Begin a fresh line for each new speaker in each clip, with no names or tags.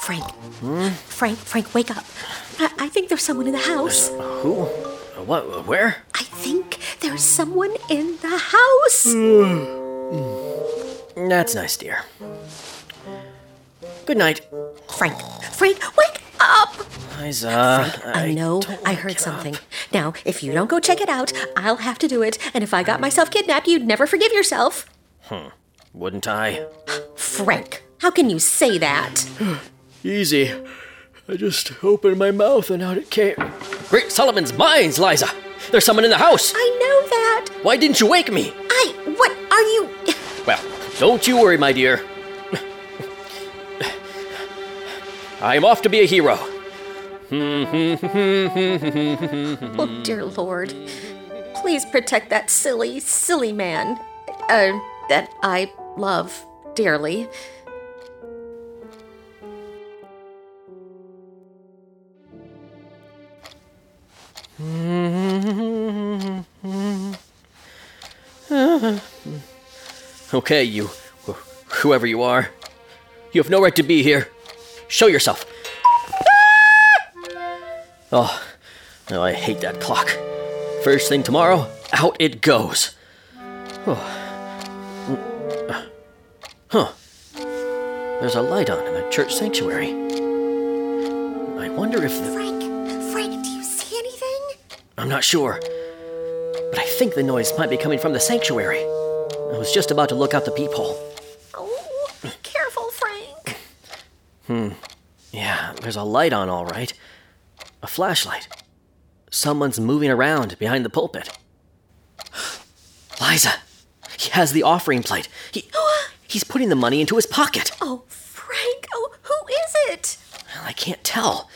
Frank. Frank, Frank, wake up. I, I think there's someone in the house.
Who? What? Where?
I think there's someone in the house.
That's nice, dear. Good night,
Frank, Frank, wake up.
Liza.
I, know. I heard something. Now, if you don't go check it out, I'll have to do it. And if I got myself kidnapped, you'd never forgive yourself.
Wouldn't I?
Frank, how can you say that?
Easy. I just opened my mouth and out it came. Great Solomon's mines, Liza! There's someone in the house!
I know that.
Why didn't you wake me?
I. What are you.
Well, don't you worry, my dear. I'm off to be a hero.
Oh, dear Lord. Please protect that silly, silly man uh, that I love dearly.
Okay, you. wh- Whoever you are. You have no right to be here. Show yourself. Oh, no, I hate that clock. First thing tomorrow, out it goes. Oh. Huh. There's a light on in the church sanctuary. I wonder if the.
Frank, Frank, do you see anything?
I'm not sure. But I think the noise might be coming from the sanctuary. I was just about to look out the peephole.
Oh, be careful, Frank.
Yeah, there's a light on, all right. A flashlight. Someone's moving around behind the pulpit. Liza! He has the offering plate. He, he's putting the money into his pocket.
Oh, Frank. Oh, who is it?
Well, I can't tell.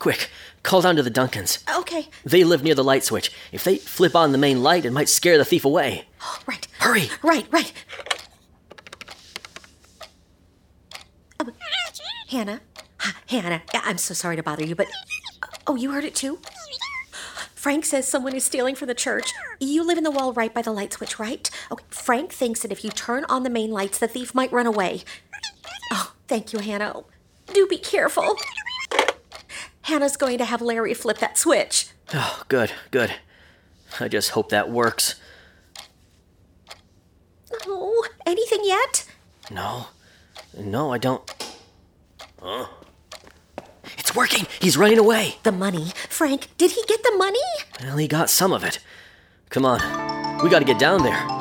Quick, call down to the Duncans.
Okay.
They live near the light switch. If they flip on the main light, it might scare the thief away.
Right.
Hurry!
Right, right. Oh, Hannah, Ha- Hannah, I- I'm so sorry to bother you, but oh, you heard it too. Frank says someone is stealing from the church. You live in the wall right by the light switch, right? Okay. Frank thinks that if you turn on the main lights, the thief might run away. Oh, thank you, Hannah. Oh, Do be careful. Hannah's going to have Larry flip that switch.
Oh, good, good. I just hope that works.
Oh, anything yet?
No. No, I don't. Huh? It's working! He's running away!
The money. Frank, did he get the money?
Well, he got some of it. Come on. We gotta get down there.